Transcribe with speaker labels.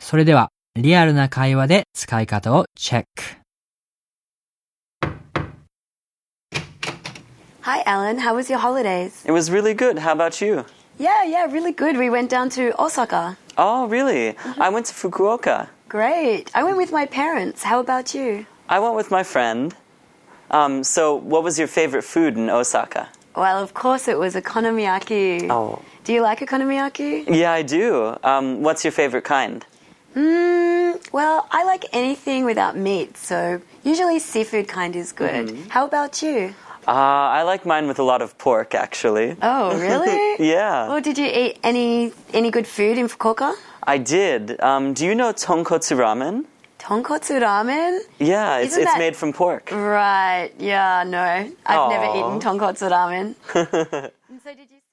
Speaker 1: それでは、リアルな会話で使い方をチェック。
Speaker 2: Hi, Alan. How was your holidays?
Speaker 3: It was really good. How about you?
Speaker 2: Yeah, yeah, really good. We went down to Osaka.
Speaker 3: Oh, really? I went to Fukuoka.
Speaker 2: Great. I went with my parents. How about you?
Speaker 3: I went with my friend. Um, so, what was your favorite food in Osaka?
Speaker 2: Well, of course, it was okonomiyaki.
Speaker 3: Oh.
Speaker 2: Do you like okonomiyaki?
Speaker 3: Yeah, I do. Um, what's your favorite kind?
Speaker 2: Mm, well, I like anything without meat, so usually seafood kind is good. How about you?
Speaker 3: Uh, I like mine with a lot of pork, actually.
Speaker 2: Oh, really?
Speaker 3: Yeah,
Speaker 2: Well, did you eat any any good food in Fukuoka?
Speaker 3: I did. Um, do you know tonkotsu ramen?
Speaker 2: Tonkotsu ramen?
Speaker 3: Yeah, it's,
Speaker 2: Isn't
Speaker 3: it's
Speaker 2: that-
Speaker 3: made from pork.
Speaker 2: Right. Yeah. No, I've never
Speaker 3: Aw.
Speaker 2: eaten tonkotsu ramen. and so did you?